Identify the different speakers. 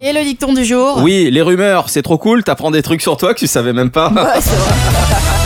Speaker 1: Et le dicton du jour
Speaker 2: Oui, les rumeurs, c'est trop cool, t'apprends des trucs sur toi que tu savais même pas.
Speaker 1: Ouais, c'est vrai.